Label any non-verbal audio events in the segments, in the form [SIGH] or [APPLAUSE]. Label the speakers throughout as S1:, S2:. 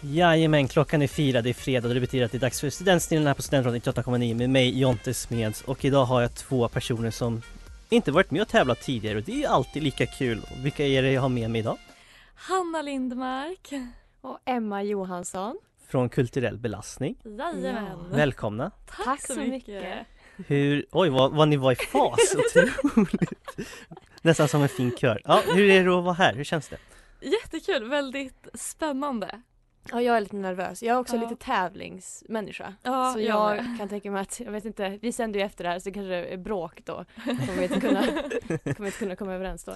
S1: Jajamän, klockan är fyra, det är fredag och det betyder att det är dags för Studentsnillen här på Studentradion 98,9 med mig Jonte Smeds och idag har jag två personer som inte varit med och tävlat tidigare och det är ju alltid lika kul. Vilka är det jag har med mig idag?
S2: Hanna Lindmark.
S3: Och Emma Johansson.
S1: Från Kulturell belastning.
S2: Jajamän.
S1: Välkomna!
S2: Tack,
S3: Tack så mycket.
S1: Hur, oj vad, vad ni var i fas, otroligt! Nästan som en fin kör. Ja, hur är det att vara här? Hur känns det?
S2: Jättekul, väldigt spännande.
S3: Ja, jag är lite nervös. Jag är också
S2: Ja.
S3: lite tävlingsmänniska.
S2: Ja,
S3: så
S2: jag
S3: jag kan tänka mig att, jag vet inte, vi sänder ju efter det här så det kanske är bråk då. Kommer vi inte kunna, kommer vi inte kunna komma överens då.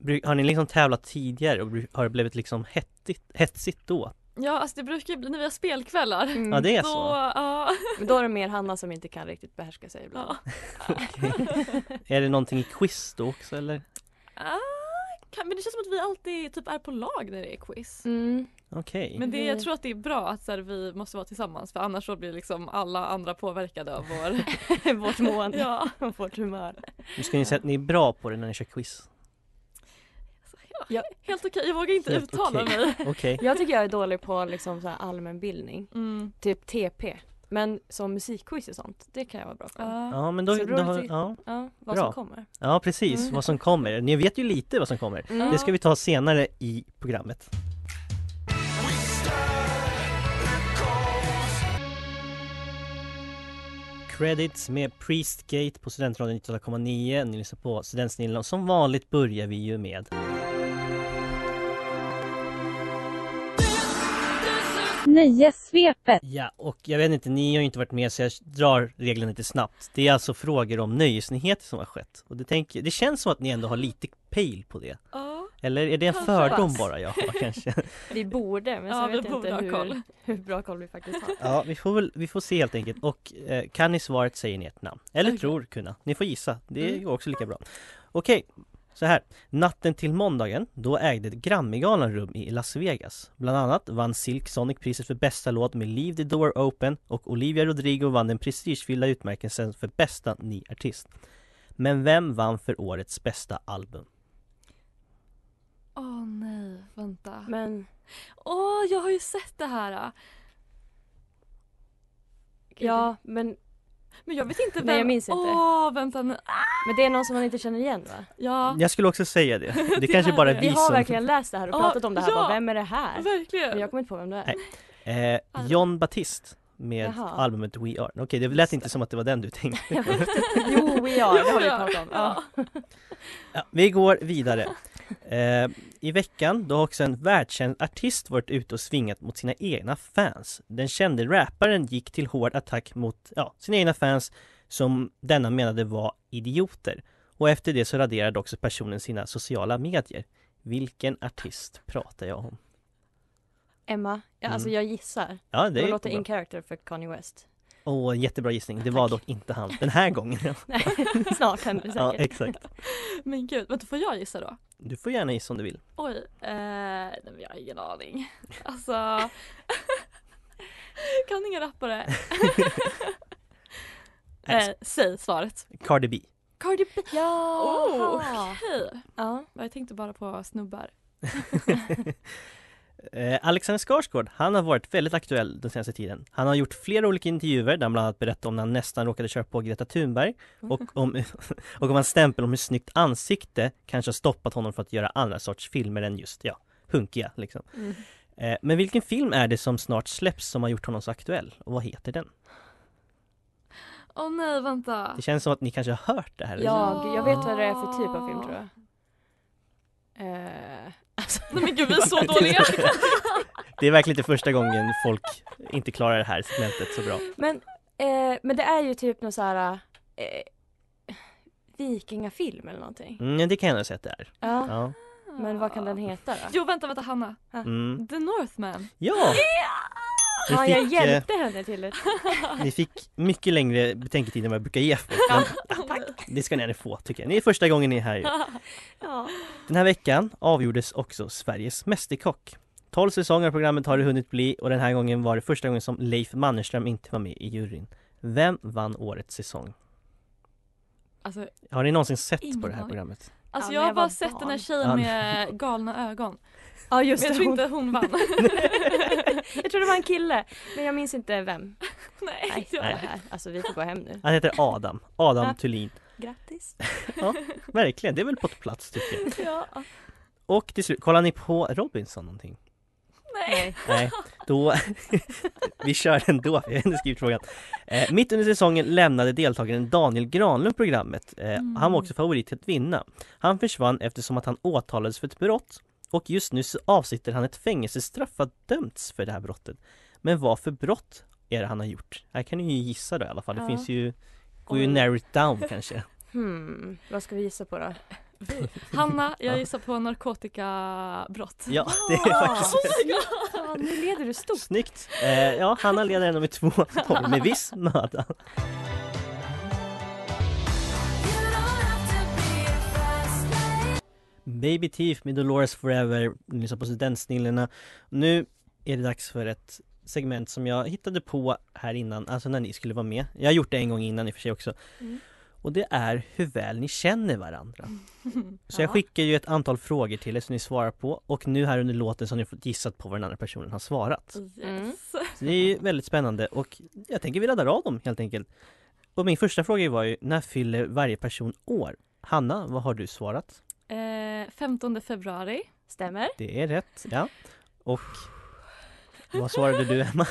S1: Bru- Har ni liksom tävlat tidigare och bru- har det blivit liksom hettigt, hetsigt då?
S2: Ja, alltså det brukar ju bli när vi har spelkvällar.
S1: Ja, det är
S2: Då,
S1: så?
S2: ja.
S3: Mm. Men då är det mer Hanna som inte kan riktigt behärska sig ibland.
S2: ja. [LAUGHS]
S1: Är det någonting i quiz då också eller?
S2: Ah, kan, men det känns som att vi alltid typ är på lag när det är quiz.
S3: Mm.
S1: Okej.
S2: Men det, jag
S3: Vi-
S2: tror att det är bra att så här, vi måste vara tillsammans för annars så blir liksom alla andra påverkade av vår...
S3: [LAUGHS] Vårt mående
S2: ja.
S3: och vårt humör.
S1: Nu ska ni säga att ni är bra på det när ni kör quiz.
S2: ja. Helt okej, jag vågar inte
S1: Helt
S2: uttala
S1: okej.
S2: mig.
S3: [LAUGHS]
S1: Okej.
S3: Jag tycker jag är dålig på liksom så här allmänbildning,
S2: Mm.
S3: typ TP. Men som musikquiz och sånt, det kan jag vara bra på. Ja,
S2: Ja.
S1: Ja men då,
S3: Så det beror
S1: då har,
S3: lite-
S1: ja,
S3: vad
S1: Bra.
S3: som kommer.
S1: ja precis,
S3: Mm.
S1: vad som kommer. Ni vet ju lite vad som kommer.
S3: Mm.
S1: Det ska vi ta senare i programmet. Credits med Priestgate på Studentradion 98,9. Ni lyssnar på Studentsnillen och som vanligt börjar vi ju med
S4: Nöjessvepet.
S1: Ja, och jag vet inte, ni har ju inte varit med så jag drar reglerna lite snabbt. Det är alltså frågor om nöjesnyheter som har skett. Och det, tänker, det känns som att ni ändå har lite pejl på det.
S2: Ja.
S1: Eller är det en
S2: Kanske.
S1: fördom bara jag har kanske?
S3: Vi borde, men så
S2: Ja, vi
S3: vet jag
S2: borde
S3: inte
S2: ha
S3: hur,
S2: koll.
S3: hur bra koll vi faktiskt har.
S1: Ja, vi får väl, vi får se helt enkelt. Och eh, kan ni svaret säger ni ert namn. Eller tror kunna. Ni får gissa. Det
S3: Mm.
S1: är ju också lika bra. Okej, så här. Natten till måndagen, då ägde Grammygalan rum i Las Vegas. Bland annat vann Silk Sonic priset för bästa låt med Leave the Door Open och Olivia Rodrigo vann den prestigefyllda utmärkelsen för bästa ny artist. Men vem vann för årets bästa album?
S2: Åh nej, vänta.
S3: Men
S2: Åh, jag har ju sett det här. äh.
S3: ja, men,
S2: Men jag vet inte vem.
S3: Nej, jag minns inte.
S2: Åh, vänta nu. Ah,
S3: men det är någon som man inte känner igen va?
S2: Ja,
S1: Jag skulle också säga det. Det kanske
S2: är
S1: bara
S2: det.
S1: är
S3: [LAUGHS] Vi
S1: vi
S3: har
S1: som...
S3: verkligen läst det här och
S2: Ja,
S3: pratat om det här,
S2: ja.
S3: bara, vem är det här? Men
S2: verkligen.
S3: jag kommer inte på vem det är.
S1: Nej. Eh, John Batiste med
S3: Jaha.
S1: albumet We Are. Okej, det lät inte som att det var den du tänkte [LAUGHS] på.
S3: Jo, we are, det har vi
S2: Ja.
S3: pratat om. Ja.
S1: Ja, vi går
S3: [LAUGHS]
S1: vidare. Eh, I veckan då har också en världskänd artist varit ute och svingat mot sina egna fans. Den kände rapparen gick till hård attack mot ja, sina egna fans som denna menade var idioter. Och efter det så raderade också personen sina sociala medier. Vilken artist pratar jag om?
S3: Emma, ja, alltså
S1: Mm.
S3: jag gissar.
S1: Ja,
S3: Det
S1: det
S3: låter
S1: är
S3: in
S1: bra.
S3: character för Kanye West.
S1: Åh, jättebra gissning. Det var dock inte han den här
S3: [LAUGHS]
S1: gången.
S3: Nej, snart händer det
S1: ja,
S3: säkert.
S1: exakt.
S2: Men gud, vänta får jag gissa då?
S1: Du får gärna gissa om du vill.
S2: Oj, eh, nej, men jag har ingen
S3: [LAUGHS]
S2: aning. Alltså, [LAUGHS] kan ingen rappare.
S3: [LAUGHS]
S2: eh, säg svaret.
S1: Cardi
S2: [LAUGHS]
S1: B.
S2: Cardi B.
S3: Ja!
S2: Oh, okej.
S3: Ja.
S2: Jag tänkte bara på snubbar.
S1: Eh, Alexander Skarsgård, han har varit väldigt aktuell den senaste tiden. Han har gjort flera olika intervjuer där han bland annat berättar om när han nästan råkade köra på Greta Thunberg och om, [LAUGHS] och om hans stämpel om hur snyggt ansikte kanske har stoppat honom från att göra andra sorts filmer än just, ja, hunkiga liksom.
S2: Mm.
S1: Eh, men vilken film är det som snart släpps som har gjort honom så aktuell? Och vad heter den?
S2: Åh nej, vänta.
S1: Det känns som att ni kanske har hört det här? eller?
S3: Jag, jag vet vad det är för typ av film tror jag. Eh,
S2: Nej [LAUGHS] men gud, vi är
S1: [LAUGHS]
S2: så dåliga.
S1: Det är verkligen inte första gången folk inte klarar det här segmentet så bra.
S3: men, eh, men det är ju typ någon så här eh, vikingafilm eller någonting.
S1: Mm, ja, det kan jag nog säga att det är.
S3: Ja,
S1: Ja.
S3: men vad kan den heta då?
S2: Jo, vänta, vänta, Hanna.
S1: Mm.
S2: The Northman.
S1: ja. Ni
S3: Ja, jag
S1: fick, eh,
S3: hjälpte henne till det.
S1: Ni fick mycket längre betänketid än vad jag brukar ge folk, men
S3: [LAUGHS]
S1: det ska ni ändå få tycker jag. Ni är första gången ni är här ju.
S3: Ja.
S1: Den här veckan avgjordes också Sveriges Mästerkock. 12 säsonger av programmet har det hunnit bli och den här gången var det första gången som Leif Mannerström inte var med i juryn. Vem vann årets säsong?
S2: Alltså,
S1: Har ni någonsin sett
S2: Ingen
S1: på det här
S2: aning.
S1: programmet?
S2: alltså
S3: men
S2: jag har
S3: jag
S2: bara
S3: var
S2: sett den
S1: Ja.
S2: här
S3: barn.
S2: tjejen med galna
S3: [LAUGHS]
S2: ögon.
S3: ja,
S2: Men
S3: just
S2: jag
S3: det.
S2: tror
S3: hon-
S2: inte hon vann.
S3: [LAUGHS]
S2: [LAUGHS]
S3: jag tror det var en kille, men jag minns inte vem.
S2: Nej,
S3: Nej,
S2: jag-
S3: det här. Alltså vi får gå hem nu.
S1: Han heter Adam, Adam
S3: Ja.
S1: Thulin.
S3: Grattis.
S1: Verkligen, det är väl på plats tycker jag.
S3: Ja.
S1: Och till slut, kollar ni på Robinson någonting?
S3: Nej.
S1: Nej, då... vi kör ändå, för jag har ändå skrivit frågan. Eh, mitt under säsongen lämnade deltagaren Daniel Granlund programmet. Eh, Han var också favorit till att vinna. Han försvann eftersom att han åtalades för ett brott och just nu så avsitter han ett fängelsestraff för att dömts för det här brottet. Men vad för brott är det han har gjort? Här kan ni ju gissa då i alla fall. Det
S3: Ja.
S1: finns ju... Går ju
S3: Oj.
S1: narrow it down kanske.
S3: Hmm, vad ska vi gissa på då?
S2: Hanna, jag gissar på narkotikabrott.
S1: Ja, det är faktiskt
S3: Fan, nu leder du stort.
S1: Snyggt! Eh, ja, Hanna leder ändå med 2-0 med viss möda. Baby Teeth med Dolores Forever, ni lyssnar på Studentsnillena. Nu är det dags för ett segment som jag hittade på här innan, alltså när ni skulle vara med. Jag har gjort det en gång innan i och för sig också.
S2: Mm.
S1: Och det är hur väl ni känner varandra. Så jag skickar ju ett antal frågor till er som ni svarar på och nu här under låten så har ni fått gissat på vad den andra personen har svarat.
S2: Yes.
S1: Så det är ju väldigt spännande och jag tänker vi laddar av dem helt enkelt. Och min första fråga var ju, när fyller varje person år? Hanna, vad har du svarat?
S2: Eh, 15 februari.
S3: Stämmer.
S1: Det är rätt, ja. Och vad svarade du
S3: [LAUGHS]
S1: Emma?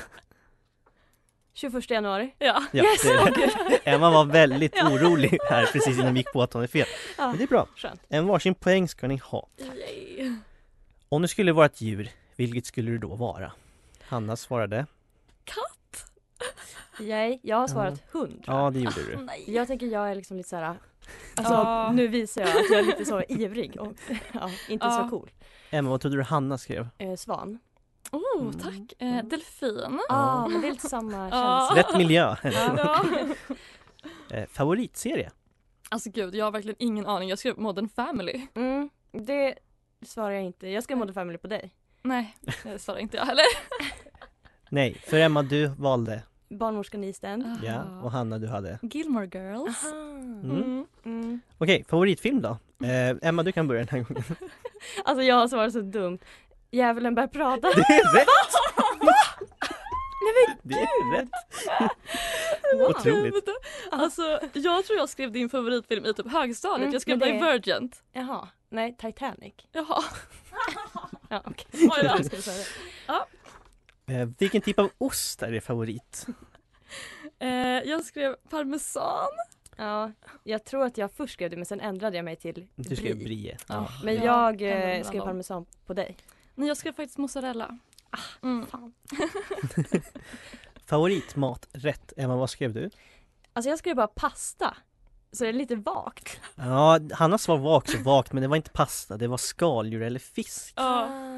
S3: 21 januari.
S2: Ja.
S1: Ja, det
S3: oh,
S1: är rätt. Emma var väldigt orolig här precis innan vi gick på att hon är fel.
S3: Ja.
S1: Men det är bra.
S3: Skönt.
S1: En varsin poäng ska ni ha.
S2: Yay.
S1: Om du skulle vara ett djur, vilket skulle du då vara? Hanna svarade.
S3: Jag, jag har svarat hund.
S1: Ja, det gjorde du.
S2: Nej.
S3: Jag tänker jag är liksom lite så här. Alltså
S2: Ja.
S3: nu visar jag att jag är lite så ivrig och [LAUGHS] ja, inte
S2: Ja.
S3: så cool.
S1: Emma, vad trodde du Hanna
S3: [LAUGHS]
S1: skrev?
S3: Eh, svan.
S2: Oh, tack. Eh, delfin.
S3: Ah, men det är lite samma
S2: Ja.
S3: känsla.
S1: Rätt miljö.
S2: Ja.
S1: Eh, Favoritserie?
S2: [LAUGHS] Alltså gud, jag har verkligen ingen aning. Jag skrev Modern Family.
S3: Mm, det svarar jag inte. Jag ska Modern Family på dig.
S2: Nej, det svarar inte jag heller.
S1: Nej, för Emma du valde
S3: Barnmorskan i East End.
S1: Ja,
S2: Ah.
S1: och Hanna du hade.
S2: Gilmore Girls.
S3: Aha.
S1: Mm.
S2: Mm.
S3: Mm.
S1: Okej, favoritfilm då? Eh, Emma du kan börja den här gången. [LAUGHS]
S3: Alltså jag har svarat så dumt. Djävulen bär prata.
S1: Det är
S3: [LAUGHS]
S1: rätt! Det är rätt!
S3: [LAUGHS]
S1: Otroligt.
S2: Gud. Alltså, jag tror jag skrev din favoritfilm i typ högstadiet.
S3: Mm,
S2: jag skrev
S3: men det-
S2: Divergent.
S3: Jaha, nej Titanic. [LAUGHS]
S2: Jaha.
S3: Ja, okej.
S2: Oj då.
S3: Jag skulle säga det.
S1: Eh, vilken typ av ost är din favorit?
S2: Eh, jag skrev parmesan.
S3: Ja, jag tror att jag först skrev det men sen ändrade jag mig till
S1: Du skrev
S3: brie.
S1: brie.
S2: Ja.
S3: Men
S2: Ja,
S3: jag
S2: kan
S3: eh,
S2: ändra
S3: skrev
S2: dem.
S3: parmesan på dig.
S2: Nej, jag skrev faktiskt mozzarella.
S3: Ah,
S2: Mm.
S1: Favoritmaträtt? Emma vad skrev du?
S3: Alltså jag skrev bara pasta. Så det är lite vagt.
S1: Ja, Hannas svar var också vagt men det var inte pasta, det var skaldjur eller fisk.
S2: Ja. Eh,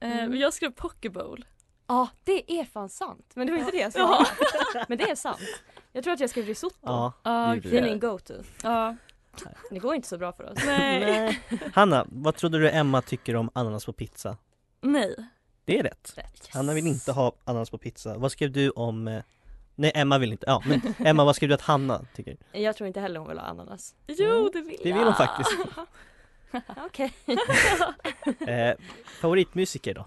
S3: Mm.
S2: men jag skrev pokebowl.
S3: Ja, det är fan sant. Men det var inte det jag [LAUGHS] skrev.
S2: Ja.
S3: [LAUGHS] Men det är sant. Jag tror att jag skrev risotto.
S1: Ja.
S2: Ja,
S1: gjorde
S3: Det är
S1: du.
S3: min go-to.
S2: ja.
S3: Det går inte så bra för oss.
S2: Nej.
S1: [LAUGHS] Hanna, vad trodde du Emma tycker om ananas på pizza?
S2: Nej.
S1: Det är rätt. Hanna vill inte ha ananas på pizza. Vad skrev du om... eh, Nej, Emma vill inte. Ja, men Emma vad skrev du att Hanna tycker?
S3: Jag tror inte heller hon vill ha ananas.
S2: Jo, det vill
S1: Det vill
S2: jag.
S1: hon faktiskt. [LAUGHS]
S3: Okej.
S1: Eh, favoritmusiker då?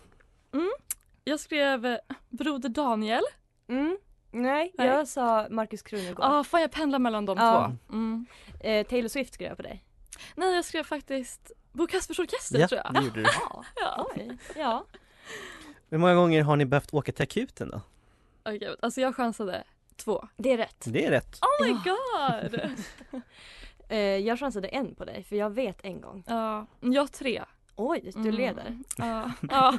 S2: Jag skrev eh, Broder Daniel.
S3: Mm. Nej,
S2: Nej.
S3: jag sa Markus Krunegård.
S2: Ja, ah, fan jag pendlar mellan de
S3: Ja.
S2: två. Mm.
S3: Eh, Taylor Swift skrev jag på dig.
S2: Nej, jag skrev faktiskt Bo Kaspers Orkester
S1: Ja,
S2: tror jag.
S1: det gjorde du.
S2: Ja.
S3: Oj. Ja.
S1: Hur många gånger har ni behövt åka till akuten då?
S2: Okej, alltså jag chansade två.
S3: Det är rätt.
S1: Det är rätt.
S2: Oh my god!
S3: Eh, jag chansade en på dig för jag vet en gång.
S2: [LAUGHS] Ja, jag har tre.
S3: Oj, du
S2: Mm.
S3: leder.
S2: Ja, ja.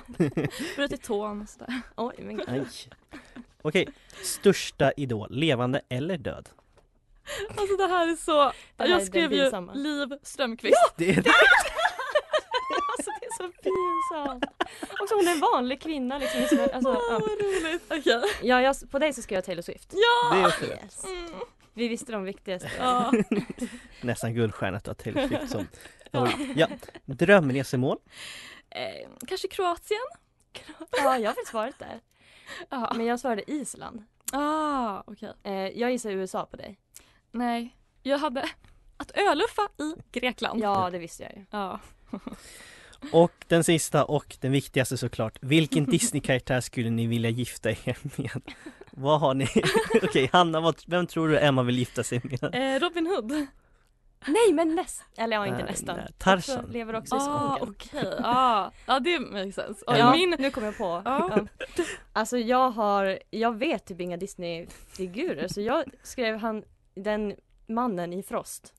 S2: brutit tån och sådär.
S3: Oj, men gud.
S1: Aj. Okej, största idol, levande eller död?
S2: Alltså det här är så...
S3: här är den
S2: jag skrev ju
S3: pinsamma.
S2: Liv Strömquist.
S1: Det är
S3: Alltså det är så pinsamt. Och så hon är en vanlig kvinna liksom. Som är, alltså,
S2: Åh,
S3: ja.
S2: vad roligt! Okej.
S3: ja, jag, på dig så skrev jag Taylor Swift.
S2: Ja!
S1: Det är också rätt.
S3: Yes.
S2: Mm.
S3: Vi visste de viktigaste.
S2: ja.
S1: Nästan guldstjärna att ha Taylor Swift som favorit. Ja, drömresemål.
S2: Eh, kanske Kroatien? [LAUGHS]
S3: Ja, jag har faktiskt varit där.
S2: Ja.
S3: Men jag svarade Island.
S2: Ah, okej.
S3: Eh, jag gissar USA på dig.
S2: Nej, jag hade att öluffa i Grekland.
S3: Ja, det visste jag ju.
S2: Ja.
S1: Och den sista och den viktigaste såklart. Vilken Disney-karaktär skulle ni vilja gifta er med? Vad har ni? [LAUGHS] Okej, Hanna, vad, vem tror du Emma vill gifta sig med?
S2: Eh, Robin Hood.
S3: Nej, men nästan. Eller ja, inte
S1: Eh,
S3: nästan.
S1: nej, Tarzan.
S3: Också, lever också i
S2: Ah,
S3: skogen.
S2: okej. Ah. Ja, det makes sense. Och
S3: Ja,
S2: min...
S3: nu kommer jag på.
S2: Ja.
S3: Ja. Alltså jag har, jag vet typ inga Disney-figurer så jag skrev han, den mannen i Frost.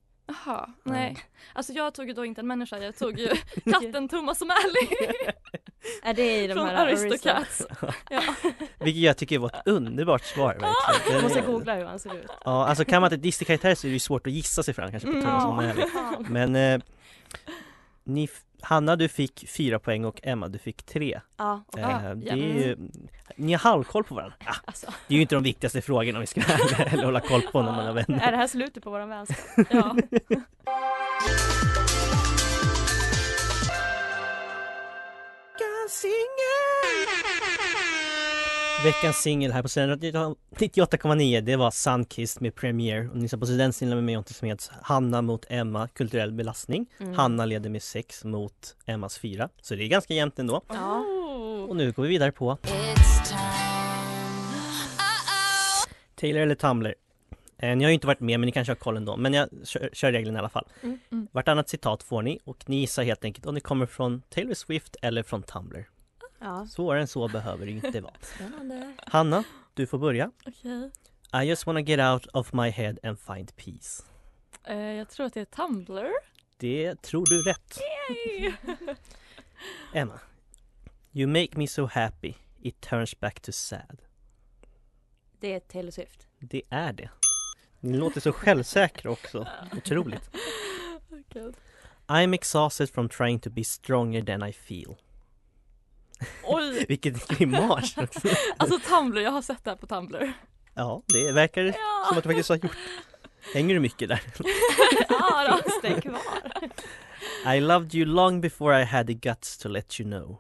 S2: Jaha, nej. Alltså jag tog ju då inte en människa, jag
S1: [LAUGHS]
S2: tog ju katten Thomas O'Malley
S3: Är det i de
S2: från
S3: här
S2: Aristocats.
S3: [LAUGHS]
S1: Vilket jag tycker var ett underbart svar verkligen.
S3: Ah, Jag
S1: Den
S3: måste
S1: är-
S3: googla hur han ser ut.
S1: Ja, alltså kan man inte Disney-karaktärer så är det ju svårt att gissa sig fram kanske på
S2: Mm.
S1: Thomas
S2: Ja.
S1: O'Malley.
S3: Fan.
S1: Men eh, ni, f- Hanna du fick fyra poäng och Emma du fick tre.
S3: Ah, Ja, och,
S1: Eh,
S2: ja.
S1: det är ju, ni har halvkoll på varandra. Ah,
S3: alltså,
S1: det är ju inte de viktigaste frågorna om vi ska eller hålla koll på när man
S3: Ah.
S1: har vänner.
S3: är det här slutet på våran vänskap?
S2: Ja.
S1: Veckans singel här på Studentradion 98,9 det var Sunkist med Premiere och ni som på Studentsnillen med mig Jonte Smeds Hanna mot Emma, kulturell belastning.
S2: Mm.
S3: Mm.
S1: Hanna leder med 6 mot Emmas 4 så det är ganska jämnt ändå.
S3: Ja.
S2: Oh.
S1: Och nu går vi vidare på Taylor eller Tumblr? Eh, Ni har ju inte varit med men ni kanske har koll ändå men jag kör, kör reglerna i alla fall.
S3: Mm,
S2: mm.
S1: Vartannat citat får ni och ni gissar helt enkelt om det kommer från Taylor Swift eller från Tumblr.
S3: ja.
S1: Svårare än så behöver det ju inte vara.
S3: [LAUGHS] Spännande.
S1: Hanna, du får börja.
S2: Okej.
S1: I just wanna get out of my head and find peace.
S2: Eh, jag tror att det är Tumblr.
S1: Det tror du rätt. Emma. You make me so happy, it turns back to sad.
S3: Det är Taylor Swift.
S1: Det är det. Ni låter så självsäkra också. Otroligt.
S2: Gud.
S1: I'm exhausted from trying to be stronger than I feel.
S2: Oj,
S1: Vilket [LAUGHS] grimas!
S3: [LAUGHS]
S2: alltså Tumblr, jag har sett det här på Tumblr.
S1: ja, det verkar som att du faktiskt har gjort.
S2: [LAUGHS]
S1: Hänger du mycket där?
S3: Ja, då steg kvar.
S1: I loved you long before I had the guts to let you know.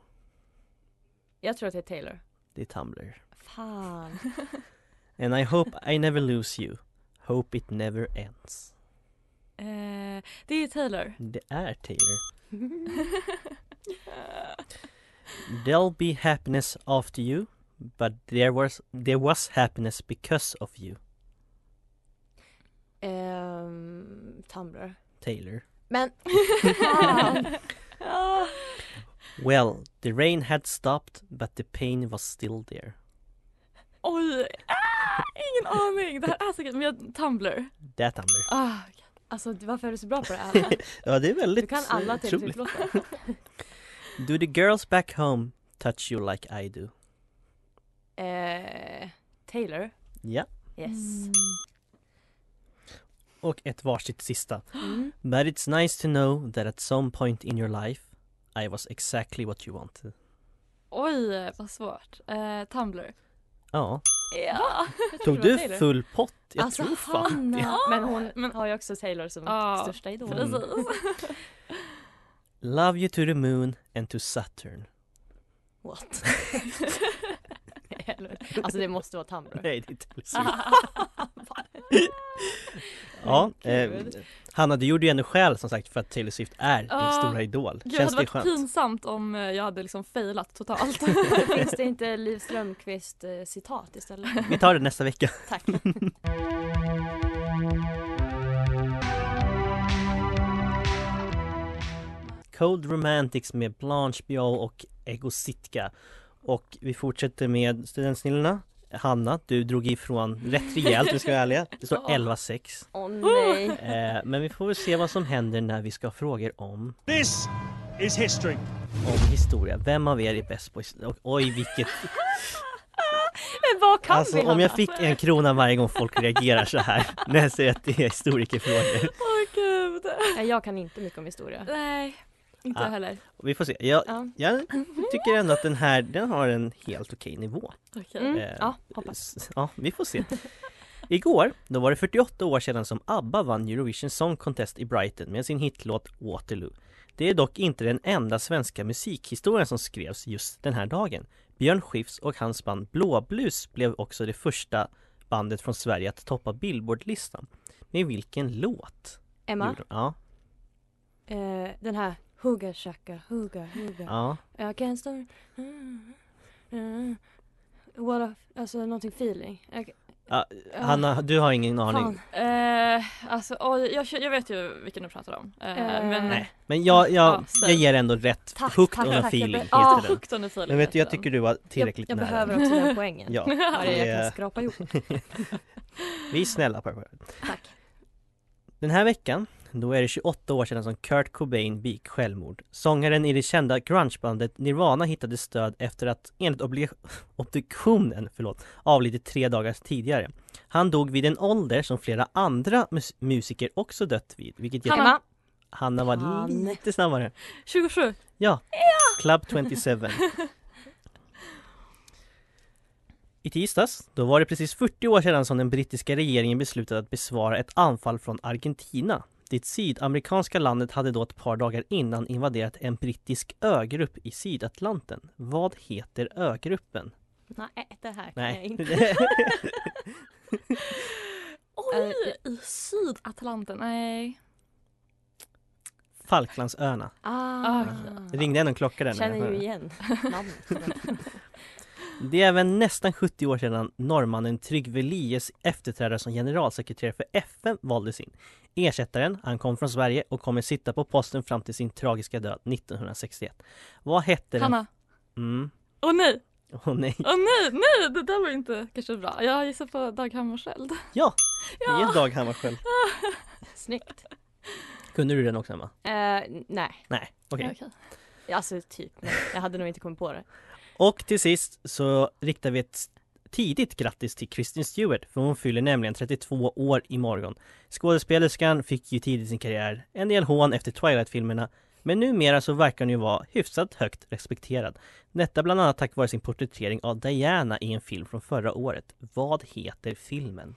S3: Jag tror att det är Taylor.
S1: Det är Tumblr.
S2: [LAUGHS]
S3: Fan.
S1: And I hope I never lose you. Hope it never ends.
S2: Eh, det är Taylor. [LAUGHS]
S1: Det är Taylor. There'll be happiness after you, but there was there was happiness because of you,
S3: Ehm, Tumblr.
S1: Taylor.
S3: Men
S1: Well, the rain had stopped, but the pain was still there.
S2: Oj, ah, ingen aning. Det här är säkert, men jag, Tumblr.
S1: Det är Tumblr. [LAUGHS]
S2: Ah, gud.
S3: alltså varför är du så bra på det här?
S1: Ja, det är
S3: Du
S1: väldigt [LAUGHS]
S3: kan alla
S1: eh,
S3: Taylor
S1: otroligt.
S3: Swift-låtar.
S1: Do the girls back home touch you like I do?
S3: Eh, Taylor.
S1: Ja.
S2: Mm.
S3: Yes.
S1: Och ett varsitt sista.
S3: Mm.
S1: But it's nice to know that at some point in your life I was exactly what you wanted.
S2: Oj, vad svårt. Eh, Tumblr.
S1: Ja.
S2: Ja.
S1: Tog
S3: tror det var
S1: du
S3: Taylor.
S1: full pott? Jag
S3: Alltså,
S1: tror fan det.
S3: Hanna. Men hon
S2: Men-
S3: har ju också Taylor som
S2: Ja.
S3: största idol.
S1: Mm.
S2: Precis.
S1: Love
S3: [LAUGHS]
S1: you to the moon and to Saturn.
S3: What? Alltså det måste
S1: [LAUGHS]
S3: vara Tumblr.
S1: Nej, det är Taylor
S2: Ah,
S1: Swift. Ja, eh,
S3: Gud.
S1: Hanna du gjorde ju ändå skäl som sagt för att Taylor Swift är din
S2: Ja.
S1: stora idol.
S2: [LAUGHS] Ah, Gud, det
S1: Känns
S2: hade
S1: det
S2: varit
S1: skönt?
S2: pinsamt om eh, jag hade liksom
S1: [LAUGHS]
S2: failat totalt.
S3: Finns det inte Liv Strömquist eh, citat istället?
S1: [LAUGHS] Vi tar det nästa vecka.
S3: Tack.
S1: Cold Romantics med Blanche Biol och Ego Sitka. Och vi fortsätter med Studentsnillena. Hanna, du drog ifrån rätt rejält, vi ska vara ärliga. Det står
S2: Ja.
S1: 11-6.
S3: Åh nej.
S1: Eh, men vi får väl se vad som händer när vi ska ha frågor om,
S4: This is history.
S1: om historia. Vem av er är bäst på historia? Och, oj, vilket...
S3: [LAUGHS] Men vad kan
S1: Alltså
S3: vi
S1: om jag
S3: Hanna?
S1: fick en krona varje gång folk reagerar så
S3: [LAUGHS]
S1: här när jag säger att det är historikerfrågor.
S2: Åh gud.
S3: Nej, jag kan inte mycket om historia.
S2: Nej, inte
S1: Ah.
S2: jag heller.
S1: Vi får se. Jag,
S3: Ja.
S1: jag tycker ändå att den här, den har en helt okej nivå.
S2: Okej.
S3: Mm.
S1: Eh,
S3: Ja, hoppas.
S1: S- [LAUGHS] Ja, vi får se. Igår, då var det 48 år sedan som ABBA vann Eurovision Song Contest i Brighton med sin hitlåt Waterloo. Det är dock inte den enda svenska musikhistorien som skrevs just den här dagen. Björn Skifs och hans band Blåblus blev också det första bandet från Sverige att toppa Billboardlistan. Med vilken låt?
S3: Emma,
S1: gjorde de- Ja,
S3: eh, den här Hugga shaka, hugga, hugga.
S1: ja.
S3: Jag kan stå... Uh, What a... Alltså någonting feeling. Jag-
S1: ja.
S3: Ja.
S1: Hanna, du har ingen aning.
S3: Fan.
S2: Eh, alltså, oj, jag, jag vet ju vilken du pratar om. Eh,
S3: Eh,
S2: men
S1: Nej, men jag, jag,
S2: Ja, så-
S1: jag ger ändå rätt.
S3: Tack,
S1: Hooked
S3: tack,
S1: on a
S3: tack, jag
S1: feeling
S3: be-
S1: heter
S2: Ja,
S1: den.
S2: hooked on a feeling
S1: Men vet du, jag
S2: heter den. [LAUGHS]
S1: tycker du var tillräckligt
S3: jag, jag
S1: nära.
S3: behöver också
S1: [LAUGHS]
S3: den poängen.
S1: Ja,
S3: Vad det är jag
S1: Eh.
S3: kan skrapa ihop.
S1: [LAUGHS] vi är snälla på det.
S3: Tack.
S1: Den här veckan, då är det 28 år sedan som Kurt Cobain begick självmord. Sångaren i det kända grungebandet Nirvana hittade stöd efter att, enligt oblig- [LAUGHS] obduktionen, förlåt, avlidit tre dagar tidigare. Han dog vid en ålder som flera andra mus- musiker också dött vid, vilket gör-
S3: Hanna.
S1: Hanna var
S3: Han.
S1: lite snabbare.
S2: 27.
S1: Ja, Club 27. I tisdags, då var det precis 40 år sedan som den brittiska regeringen beslutade att besvara ett anfall från Argentina. Det sydamerikanska landet hade då ett par dagar innan invaderat en brittisk ögrupp i Sydatlanten. Vad heter ögruppen?
S3: Nej, det här kan jag
S1: Nej.
S3: inte.
S2: Oj, Eh, i Sydatlanten. Nej.
S1: [LAUGHS] Falklandsöarna.
S3: [LAUGHS] Ah,
S1: Det ringde ändå en klocka där. när jag
S3: Känner
S1: hörde. [LAUGHS]
S3: ju igen namnet.
S1: Det är även nästan 70 år sedan norrmannen Tryggve Lies efterträdare som generalsekreterare för FN valdes in. Ersättaren, han kom från Sverige och kommer sitta på posten fram till sin tragiska död 1961. Vad hette den?
S2: Hanna.
S1: Mm.
S2: Åh nej,
S1: Åh nej.
S2: åh nej, nej, det där var inte kanske bra. Jag gissar på Dag Hammarskjöld.
S1: Ja! Det är Dag Hammarskjöld.
S3: Snyggt.
S1: Kunde du den också Emma?
S3: Eh, nej,
S1: Nej, okej.
S2: Okej.
S3: alltså typ. Men jag hade nog inte kommit på det.
S1: Och till sist så riktar vi ett tidigt grattis till Kristin Stewart för hon fyller nämligen 32 år imorgon. Skådespelerskan fick ju tidigt i sin karriär en del hån efter Twilight-filmerna men numera så verkar hon ju vara hyfsat högt respekterad. Detta bland annat tack vare sin porträttering av Diana i en film från förra året. Vad heter filmen?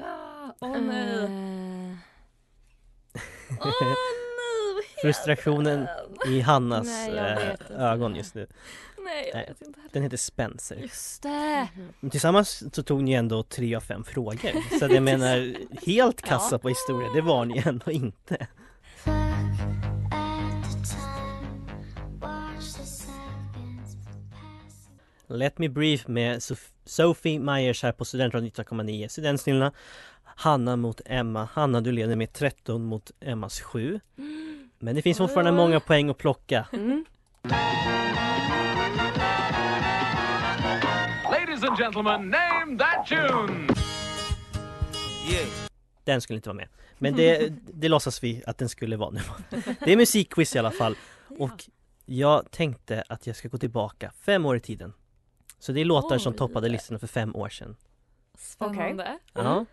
S2: Ah, Åh nej.
S3: Eh,
S2: Åh nej, vad heter
S1: [LAUGHS] Frustrationen
S2: den?
S1: i Hannas
S3: Nej, jag
S1: eh,
S3: vet inte.
S1: ögon just nu.
S2: Nej, jag
S1: Nej.
S2: vet inte heller.
S1: Den heter Spencer.
S2: Just det.
S1: Men Tillsammans så tog ni ändå tre av fem frågor. Så att jag menar, helt kassa på historia, det var ni ändå inte. Let me brief med Sof- Sophie Myers här på Studentradion 19,9. Studentsnillena. Hanna mot Emma. Hanna, du leder med 13 mot Emmas 7. Men det finns fortfarande många poäng att plocka.
S3: Mm.
S5: Ladies and gentlemen, name that tune!
S1: Den skulle inte vara med. Men det, det låtsas vi att den skulle vara nu. Det är musikquiz i alla fall. Och jag tänkte att jag ska gå tillbaka fem år i tiden. Så det är låtar som
S2: Oj.
S1: toppade listorna för fem år sedan.
S2: Spännande.
S1: Ja.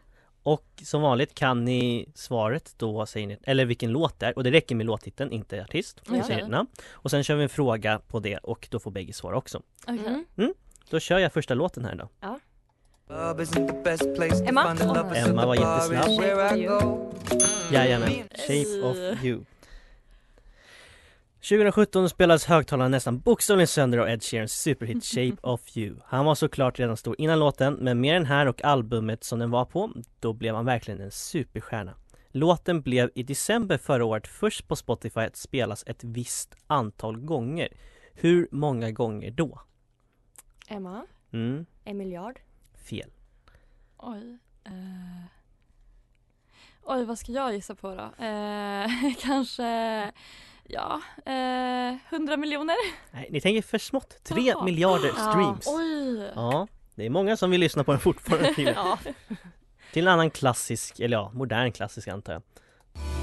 S1: Och som vanligt kan ni svaret då säger ni, eller vilken låt det är, och det räcker med låttiteln, inte artist. Ni
S2: Ja.
S1: säger ett namn. Och sen kör vi en fråga på det och då får bägge svara också.
S2: Okej.
S3: Mm.
S1: Då kör jag första låten här då.
S3: Emma?
S1: Emma var jättesnabb.
S3: Shape of you.
S1: Jajamän, Shape of you. 2017 spelades högtalarna nästan bokstavligen sönder av Ed Sheerans superhit Shape of You. Han var såklart redan stor innan låten, men med den här och albumet som den var på, då blev han verkligen en superstjärna. Låten blev i december förra året först på Spotify att spelas ett visst antal gånger. Hur många gånger då?
S3: Emma,
S1: Mm,
S3: en miljard.
S1: fel.
S2: Oj. Eh. Oj, vad ska jag gissa på då? Eh, [LAUGHS] kanske, ja, eh, 100 miljoner.
S1: Nej, ni tänker för smått. 3
S2: Jaha.
S1: miljarder
S3: Ja,
S1: streams.
S2: Oj!
S1: Ja, det är många som vill lyssna på den fortfarande. Filip.
S3: Ja.
S1: [LAUGHS] Till en annan klassisk, eller ja, modern klassisk antar jag.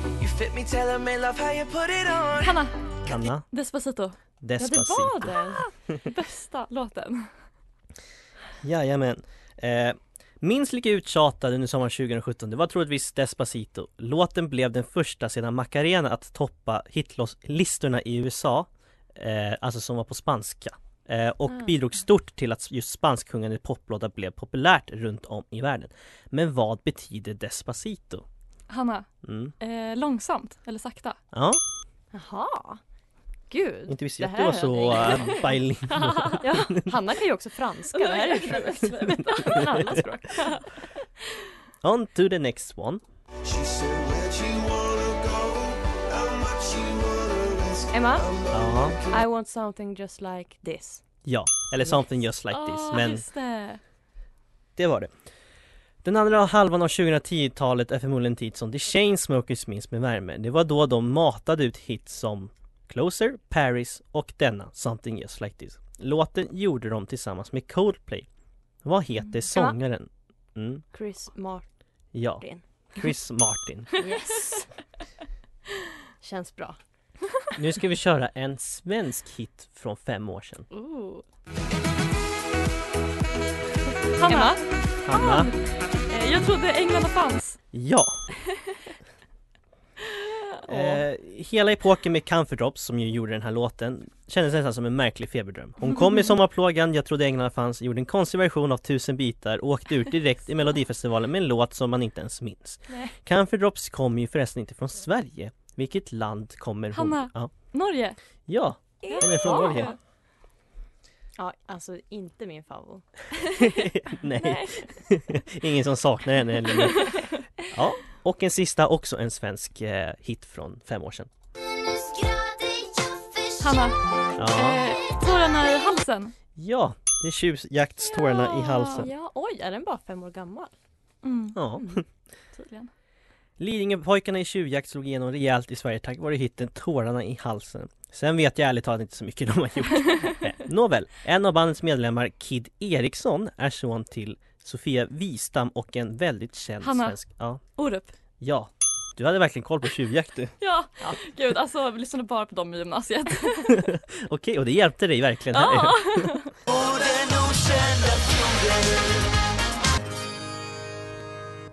S6: You fit me, tell me love how you put it on.
S2: Hanna,
S1: Anna
S2: Despacito.
S3: Ja, det
S1: Despacito.
S3: var den.
S2: Bästa låten.
S1: Jajamän. Eh, minst lika uttjatad under sommaren 2017, det var troligtvis Despacito. Låten blev den första sedan Macarena att toppa hitlistorna i USA, eh, alltså som var på spanska. Eh, och
S2: Ah.
S1: bidrog stort till att just spansksjungande poplåtar blev populärt runt om i världen. Men vad betyder Despacito?
S2: Hanna,
S1: Mm.
S2: eh, långsamt eller sakta?
S1: Ja,
S3: Jaha. Gud.
S1: inte visste
S3: det
S1: jag att du var
S3: här
S1: så
S3: hade
S1: eh, bilingo.
S3: Ja, Hanna kan ju också franska. Det här är sjukt. Alla språk.
S1: [LAUGHS] On to the next one.
S6: She said, Where'd you wanna go? How much you wanna risk?
S3: Emma,
S1: Ja.
S3: I want something just like this.
S1: Ja, eller something just like this.
S2: Ah,
S1: Men
S2: just det.
S1: det var det. Den andra halvan av 2010-talet är förmodligen en tid som The Chainsmokers minns med värme. Det var då de matade ut hits som Closer, Paris och denna, Something Just Like This. Låten gjorde de tillsammans med Coldplay. Vad heter sångaren? Mm,
S3: Chris Martin.
S1: ja, Chris Martin.
S3: Yes. Känns bra.
S1: Nu ska vi köra en svensk hit från fem år sedan.
S2: Ooh.
S3: Hanna,
S1: Hanna?
S2: Eh, jag trodde Änglarna fanns.
S1: Ja!
S2: [LAUGHS]
S1: Eh, hela epoken med Comfort Drops som ju gjorde den här låten Kändes nästan som en märklig feberdröm Hon
S2: [LAUGHS]
S1: kom i sommarplågan, jag trodde änglarna fanns, gjorde en konstig version av tusen bitar och åkte ut direkt i melodifestivalen med en låt som man inte ens minns
S2: Nej.
S1: Comfort Drops kom ju förresten inte från Sverige Vilket land kommer hon?
S2: Hanna.
S1: Ja,
S2: Norge.
S1: ja hon är från Norge
S2: [LAUGHS]
S3: Ja, alltså inte min favorit.
S1: Nej, [LAUGHS] ingen som saknar henne heller
S2: [LAUGHS]
S1: nu. Ja, och en sista också en svensk eh, hit från fem år sedan
S2: Hanna,
S1: Ja,
S2: eh, tårarna i halsen.
S1: ja det är tjuvjaktstårarna i halsen
S3: Ja, oj, är den bara fem år gammal?
S2: Mm,
S1: Ja.
S2: tydligen.
S1: Lidingöpojkarna i tjuvjakt slog igenom rejält i Sverige tack vare hitten Tårarna i halsen. Sen vet jag ärligt talat inte så mycket [LAUGHS] de har gjort. Eh, Nåväl, en av bandets medlemmar, Kid Eriksson, är son till Sofia Wistam och en väldigt känd
S2: Hanna.
S1: svensk... Ja.
S2: Orup.
S1: ja, du hade verkligen koll på tjuvjakt du.
S2: Ja. gud alltså vi lyssnade bara på dem i gymnasiet.
S1: Okej, och det hjälpte dig verkligen. här.
S2: Ja.
S1: [LAUGHS]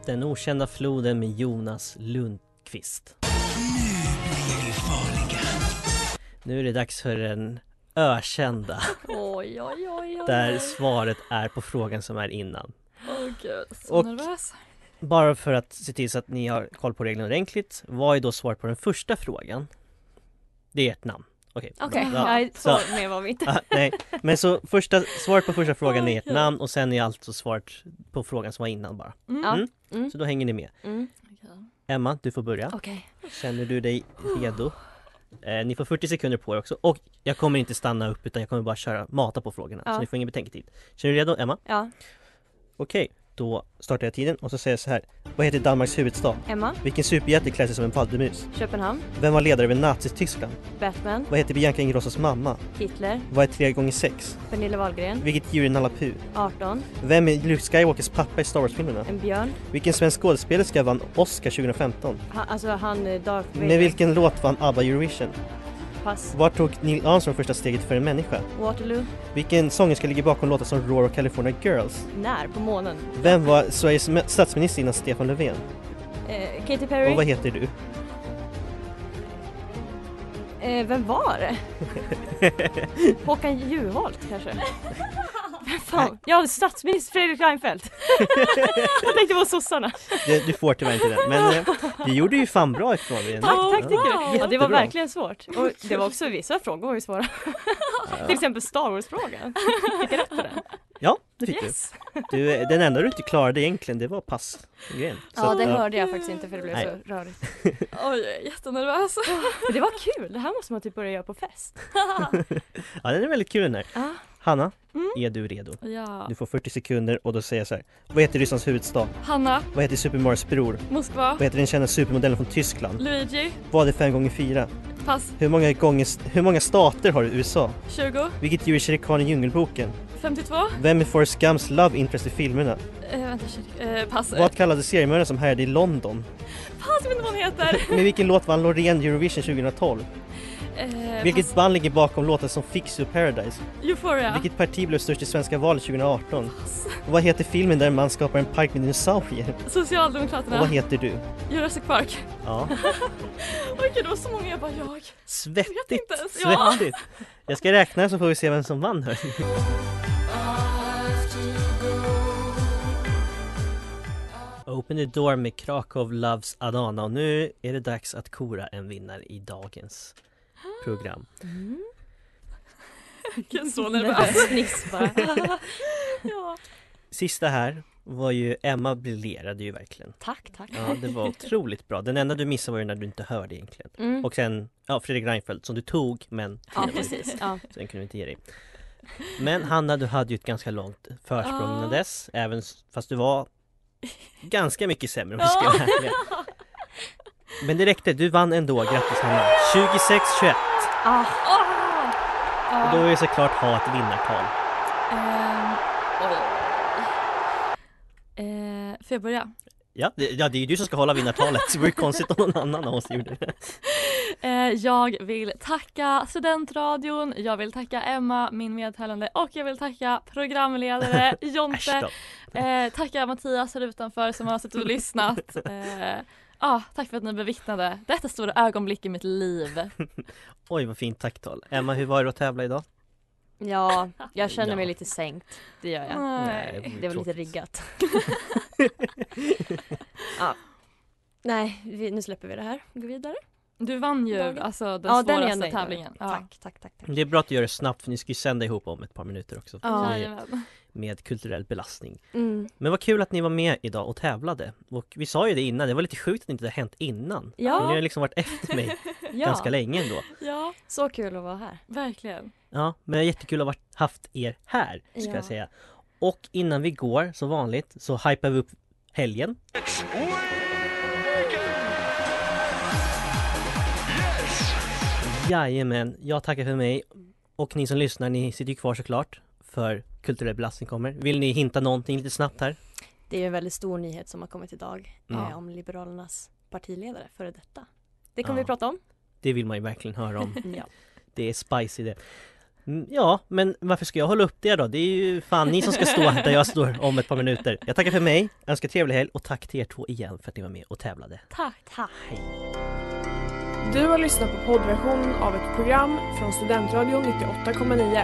S1: Den okända floden med Jonas Lundqvist. Nu är det dags för den ökända
S3: Oj, oj, oj, oj.
S1: där svaret är på frågan som är innan.
S2: Åh gud, så
S1: Och-
S2: nervös.
S1: Bara för att se till så att ni har koll på reglerna ordentligt, vad är då svaret på den första frågan? Det är ert namn. Okej.
S3: Okej,
S1: Ja.
S3: jag är
S1: Så.
S3: så med var vi inte.
S1: [LAUGHS] Ah, nej, men så första, svaret på första frågan är ert
S2: Okej.
S1: namn och sen är alltså svaret på frågan som var innan bara.
S2: Mm.
S3: Ja.
S1: Mm.
S3: Mm.
S1: Så då hänger ni med.
S3: Mm.
S2: Okej.
S1: Emma, du får börja.
S3: Okej.
S1: Känner du dig redo? Eh, ni får 40 sekunder på er också och jag kommer inte stanna upp utan jag kommer bara köra, mata på frågorna
S3: Ja.
S1: så ni får ingen betänketid. Känner du dig redo Emma?
S3: Ja,
S1: Okej, då startar jag tiden och så säger jag så här. Vad heter Danmarks huvudstad?
S3: Emma,
S1: Vilken superhjälte klär sig som en fladdermus?
S3: Köpenhamn,
S1: Vem var ledare över Nazityskland?
S3: Batman,
S1: Vad heter Bianca Ingrossos mamma?
S3: Hitler,
S1: Vad är 3 gånger 6
S3: Pernilla Wahlgren,
S1: Vilket djur är Nalle Puh?
S3: 18,
S1: Vem är Luke Skywalkers pappa i Star Wars-filmerna?
S3: en björn,
S1: Vilken svensk skådespelerska vann Oscar 2015?
S3: han, alltså han eh, Darth Vader,
S1: Med vilken låt vann ABBA Eurovision?
S3: pass,
S1: Var tog Neil Armstrong första steget för en människa?
S3: Waterloo,
S1: Vilken sångerska ligger bakom låtar som Roar och California Girls?
S3: när, på månen,
S1: Vem var Sveriges me- statsminister innan Stefan Löfven?
S3: eh, Katy
S1: Och vad
S3: Perry,
S1: heter du? [LAUGHS] [LAUGHS]
S3: eh, vem var det? Håkan Juholt kanske? Vem fan? Ja, statsminister Fredrik Reinfeldt.
S1: [LAUGHS]
S3: jag tänkte på sossarna.
S1: Det, du får tyvärr inte den, men eh, du gjorde ju fan bra ifrån dig ändå.
S3: Tack, tack tycker
S2: Wow.
S3: du. Ja, det
S1: Jättebra.
S3: var verkligen svårt. Och det var också vissa frågor var ju svåra. Till exempel Star Wars-frågan. Fick jag rätt på den?
S1: Ja, det fick
S3: Yes!
S1: du. du. eh, Den enda du inte klarade egentligen, det var passgrejen. Så
S3: Ja,
S1: att,
S3: det hörde jag faktiskt inte för det blev
S1: Nej.
S3: så rörigt.
S2: Oj, jag är jättenervös.
S3: Men det var kul, det här måste man typ börja göra på fest.
S1: Ja, den är väldigt kul den här.
S3: Ja. Mm.
S1: Hanna, är du redo?
S2: Ja.
S1: Du får 40 sekunder och då säger jag så här. Vad heter Rysslands huvudstad?
S2: Hanna,
S1: Vad heter Super Marios bror?
S2: Moskva,
S1: Vad heter den kända supermodellen från Tyskland?
S2: Luigi,
S1: Vad är 5 gånger 4
S2: pass,
S1: Hur många, gånger, hur många stater har USA?
S2: 20,
S1: Vilket djur är Shere Khan i Djungelboken?
S2: 52.
S1: Vem är Forrest Gums love interest i filmerna?
S2: Eh, vänta, kyrk- eh, pass.
S1: Vad kallades seriemördaren som härjade i London?
S2: Pass, jag vet inte vad hon heter.
S1: Med vilken låt vann Loreen Eurovision 2012?
S2: Eh,
S1: Vilket band ligger bakom låten som Fix You Paradise?
S2: pass. Euphoria.
S1: Vilket parti blev störst i svenska valet 2018? Och vad heter filmen där en man skapar en park med dinosaurier? Och
S2: Socialdemokraterna.
S1: vad heter du?
S2: Jurassic Park.
S1: Ja,
S2: Oj gud, det var så många. Jag bara, jag. vet
S1: svettigt,
S2: inte ens, ja.
S1: svettigt! Jag ska räkna så får vi se vem som vann här. Open the door med Krakow Loves Adana och nu är det dags att kora en vinnare i dagens program.
S3: Mm. [LAUGHS]
S2: Jag är så nervös.
S3: Nervös sniss bara.
S2: ja.
S1: Sista här var ju Emma briljerade ju verkligen.
S3: Tack, tack.
S1: Ja, det var otroligt bra. Den enda du missade var ju när du inte hörde egentligen.
S3: Mm.
S1: Och sen, ja Fredrik Reinfeldt som du tog men
S3: Ja, precis. Ja.
S1: Sen kunde vi inte ge dig. Men Hanna, du hade ju ett ganska långt försprång
S2: Ja.
S1: innan dess, även s- fast du var ganska mycket sämre om vi ska vara ärliga. Men det räckte, du vann ändå, grattis Hanna! 26-21!
S3: Ah.
S1: Och då vill jag såklart ha ett vinnartal.
S2: Ah. Ehm, oj. Eh, får jag börja?
S1: Ja, det, ja, det är ju du som ska hålla vinnartalet, så det vore ju konstigt om någon annan av oss gjorde det.
S2: Eh, jag vill tacka Studentradion, jag vill tacka Emma, min medtävlande och jag vill tacka
S3: [LAUGHS]
S2: programledare
S1: Äsch
S2: Jonte.
S1: då.
S2: Eh, tacka Mattias här utanför som har suttit och
S3: [LAUGHS]
S2: lyssnat. Eh, ah, tack för att ni bevittnade detta stora ögonblick i mitt
S3: [LAUGHS]
S2: liv.
S1: Oj vad fint tacktal. Emma, hur var det att tävla idag?
S3: ja, jag känner mig
S1: Ja.
S3: lite sänkt. Det gör jag.
S1: vore ju
S3: Det var lite
S1: tråkigt.
S3: riggat. [LAUGHS] ja. Nej, vi, nu släpper vi det här. Gå vidare.
S2: Du vann ju
S3: Dagen.
S2: alltså den
S3: Ja, den är jag
S2: svåraste
S3: nöjd med.
S2: tävlingen. Ja.
S3: Tack, tack, tack. tack.
S1: Det är bra att du gör det snabbt, för ni ska ju sända ihop om ett par minuter också.
S3: Ja.
S1: Med,
S2: Jajamän.
S1: med kulturell belastning.
S3: Mm.
S1: Men vad kul att ni var med idag och tävlade. Och vi sa ju det innan, det var lite sjukt att inte det inte hänt innan. Men Ni
S3: Ja,
S1: har liksom varit efter mig ganska
S3: [LAUGHS] ja.
S1: länge ändå.
S2: Ja,
S3: så kul att vara här.
S2: verkligen.
S1: Ja, men det är jättekul att ha varit- haft er här, ska
S3: Ja.
S1: jag säga. Och innan vi går, som vanligt, så hypar vi upp helgen. Jajamän, jag tackar för mig. Och ni som lyssnar, ni sitter ju kvar såklart, för kulturell belastning kommer. Vill ni hinta någonting lite snabbt här?
S3: Det är en väldigt stor nyhet som har kommit idag
S1: Mm.
S3: eh, om Liberalernas partiledare, före detta. Det kommer
S1: Ja.
S3: vi prata om.
S1: Det vill man ju verkligen höra om.
S3: Ja.
S1: Det är spicy det. Mm, Ja, men varför ska jag hålla upp det då? Det är ju fan ni som ska stå där jag står om ett par minuter. Jag tackar för mig, önskar trevlig helg och tack till er två igen för att ni var med och tävlade.
S3: Tack, tack.
S7: Du har lyssnat på poddversionen av ett program från Studentradion 98,9.